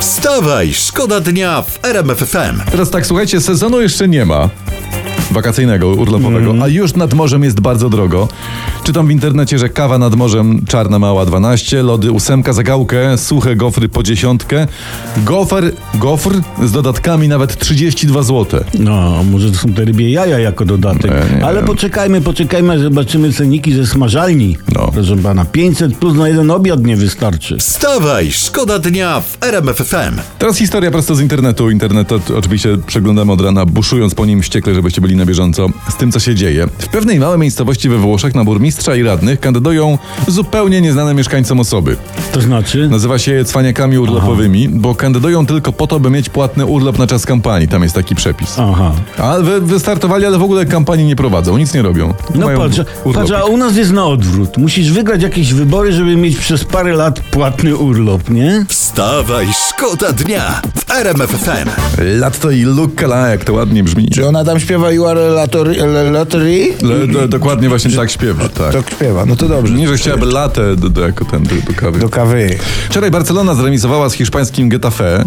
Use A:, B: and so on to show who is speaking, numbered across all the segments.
A: Wstawaj, szkoda dnia w RMFFM.
B: Teraz tak, słuchajcie, sezonu jeszcze nie ma. Wakacyjnego, urlopowego, a już nad morzem jest bardzo drogo. Czytam w internecie, że kawa nad morzem czarna mała 12, lody ósemka za gałkę, suche gofry po dziesiątkę, gofer, gofr z dodatkami nawet 32 zł.
C: No, może to są te rybie jaja jako dodatek.
B: No, nie
C: Ale
B: wiem.
C: poczekajmy, poczekajmy, aż zobaczymy ceniki ze smażalni.
B: No.
C: Proszę pana, 500 plus na jeden obiad nie wystarczy.
A: Wstawaj, szkoda dnia w RMFFM.
B: Teraz historia prosto z internetu. Internet o- oczywiście przeglądamy od rana, buszując po nim wściekle, żebyście byli na bieżąco z tym, co się dzieje. W pewnej małej miejscowości we Włoszech na burmistrza i radnych kandydują zupełnie nieznane mieszkańcom osoby.
C: To znaczy?
B: Nazywa się je cwaniakami urlopowymi, bo kandydują tylko po to, by mieć płatny urlop na czas kampanii. Tam jest taki przepis.
C: Aha.
B: A wy, wystartowali, ale w ogóle kampanii nie prowadzą, nic nie robią.
C: No
B: Mają
C: patrz,
B: urlopik.
C: patrz, a u nas jest na odwrót. Musisz wygrać jakieś wybory, żeby mieć przez parę lat płatny urlop, nie?
A: Wstawaj, szkoda dnia w RMFFM.
B: Latto i Luka jak to ładnie brzmi.
D: Czy ona tam śpiewa You are a lottery? a lottery?
B: Le, do, dokładnie właśnie tak śpiewa, tak.
D: To śpiewa, no to dobrze.
B: Nie, że chciałaby latę do, do, jako ten do, do kawy.
D: Do kawy.
B: Wczoraj Barcelona zremisowała z hiszpańskim Getafe.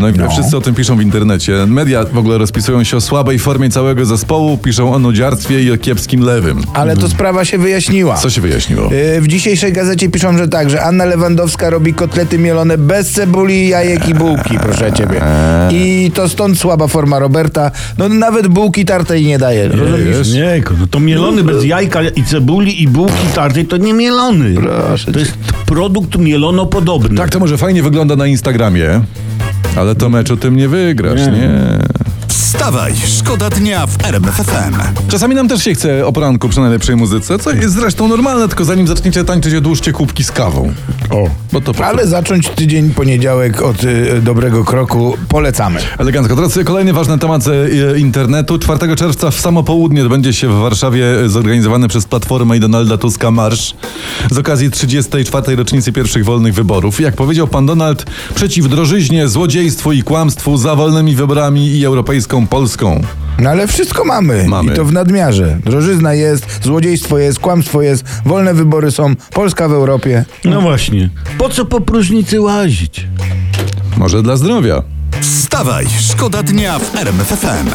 B: No i wszyscy o tym piszą w internecie. Media w ogóle rozpisują się o słabej formie całego zespołu, piszą o nudziarstwie i o kiepskim lewym.
D: Ale to sprawa się wyjaśniła.
B: Co się wyjaśniło?
D: Y, W dzisiejszej gazecie piszą, że tak, że Anna Lewandowska robi kotlety mielone bez cebuli, jajek i bułki, proszę ciebie. I to stąd słaba forma Roberta. No nawet bułki tartej nie daje. Rozumiesz?
B: Wiesz?
C: Nie, no to mielony bez jajka i cebuli i bułki tartej to nie mielony.
D: Proszę
C: to jest produkt mielonopodobny.
B: Tak, to może fajnie wygląda na Instagramie, ale to mecz o tym nie wygrasz, nie?
A: Wstawaj, szkoda dnia w RMFFM.
B: Czasami nam też się chce o poranku przy najlepszej muzyce, co jest zresztą normalne, tylko zanim zaczniecie tańczyć, odłóżcie kubki z kawą.
C: O.
B: Bo to po
D: Ale zacząć tydzień poniedziałek od y, dobrego kroku polecamy.
B: Elegancko. Teraz kolejny ważny temat e, internetu. 4 czerwca w samo południe będzie się w Warszawie e, zorganizowany przez Platformę i Donalda Tuska marsz z okazji 34. rocznicy pierwszych wolnych wyborów. Jak powiedział pan Donald, przeciw drożyźnie, złodziejstwu i kłamstwu za wolnymi wyborami i europejską Polską.
D: No ale wszystko mamy.
B: Mamy.
D: I to w nadmiarze. Drożyzna jest, złodziejstwo jest, kłamstwo jest, wolne wybory są, Polska w Europie.
B: tak.
C: No właśnie. Po co po próżnicy łazić?
B: Może dla zdrowia.
A: Wstawaj, szkoda dnia w RMFFM.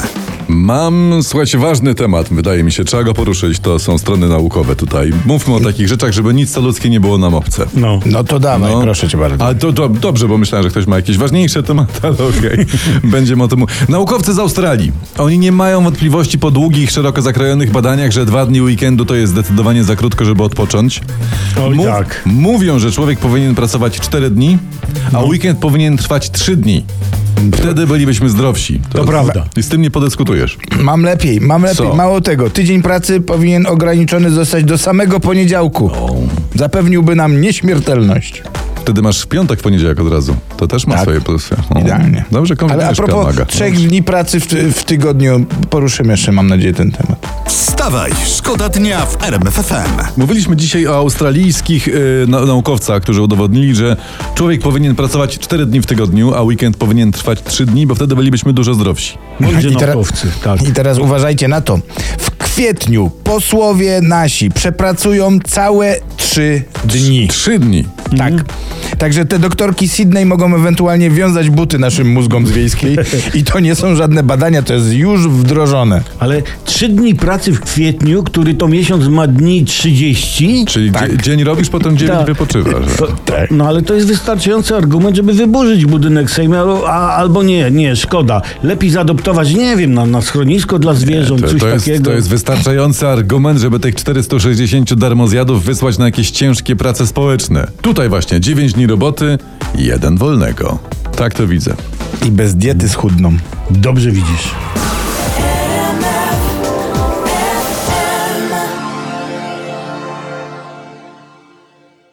B: Mam, słuchajcie, ważny temat, wydaje mi się. Trzeba go poruszyć. To są strony naukowe tutaj. Mówmy o takich rzeczach, żeby nic co ludzkie nie było nam obce.
C: No.
D: No to dawaj,
B: No.
D: proszę cię bardzo.
B: A to, to dobrze, bo myślałem, że ktoś ma jakieś ważniejsze tematy, ale okej. Będziemy o tym mówić. Naukowcy z Australii. Oni nie mają wątpliwości po długich, szeroko zakrojonych badaniach, że dwa dni weekendu to jest zdecydowanie za krótko, żeby odpocząć.
C: Oj, tak.
B: Mówią, że człowiek powinien pracować 4 dni, a
D: No.
B: weekend powinien trwać 3 dni. Wtedy bylibyśmy zdrowsi. To,
C: prawda.
B: I z tym nie podyskutujesz.
D: Mam lepiej, mam lepiej.
B: Co?
D: Mało tego, tydzień pracy powinien ograniczony zostać do samego poniedziałku. Zapewniłby nam nieśmiertelność.
B: Wtedy masz w piątek, w poniedziałek od razu. To też ma
D: Tak.
B: swoje plusy. O.
D: Idealnie.
B: Dobrze,
D: Ale a
B: kombinujesz,
D: propos
B: kamaga. No.
D: trzech dni pracy w, ty- w tygodniu, poruszymy jeszcze, mam nadzieję, ten temat.
A: Wstawaj, szkoda dnia w RMFFM.
B: Mówiliśmy dzisiaj o australijskich y, na, naukowcach, którzy udowodnili, że człowiek powinien pracować 4 dni w tygodniu, a weekend powinien trwać 3 dni, bo wtedy bylibyśmy dużo zdrowsi.
C: Ludzie
D: I teraz-
C: naukowcy, tak.
D: I teraz uważajcie na to. W kwietniu posłowie nasi przepracują całe trzy dni.
B: 3 dni.
D: Tak.
C: Mhm.
D: Także te doktorki Sydney mogą ewentualnie wiązać buty naszym mózgom z wiejskiej i to nie są żadne badania, to jest już wdrożone.
C: Ale trzy dni pracy w kwietniu, który to miesiąc ma dni 30.
B: Czyli dzie- dzień robisz, potem 9
C: Tak.
B: wypoczywasz.
C: To,
B: tak.
C: no ale to jest wystarczający argument, żeby wyburzyć budynek Sejmu, albo- a, albo nie, nie, szkoda. Lepiej zaadoptować, nie wiem, na, na schronisko dla zwierząt,
B: To,
C: coś
B: to, jest,
C: takiego.
B: to jest wystarczający argument, żeby tych 460 darmozjadów wysłać na jakieś ciężkie prace społeczne. Tutaj właśnie 9 dni roboty, jeden wolnego. Tak to widzę.
D: I bez diety schudną.
C: Dobrze widzisz.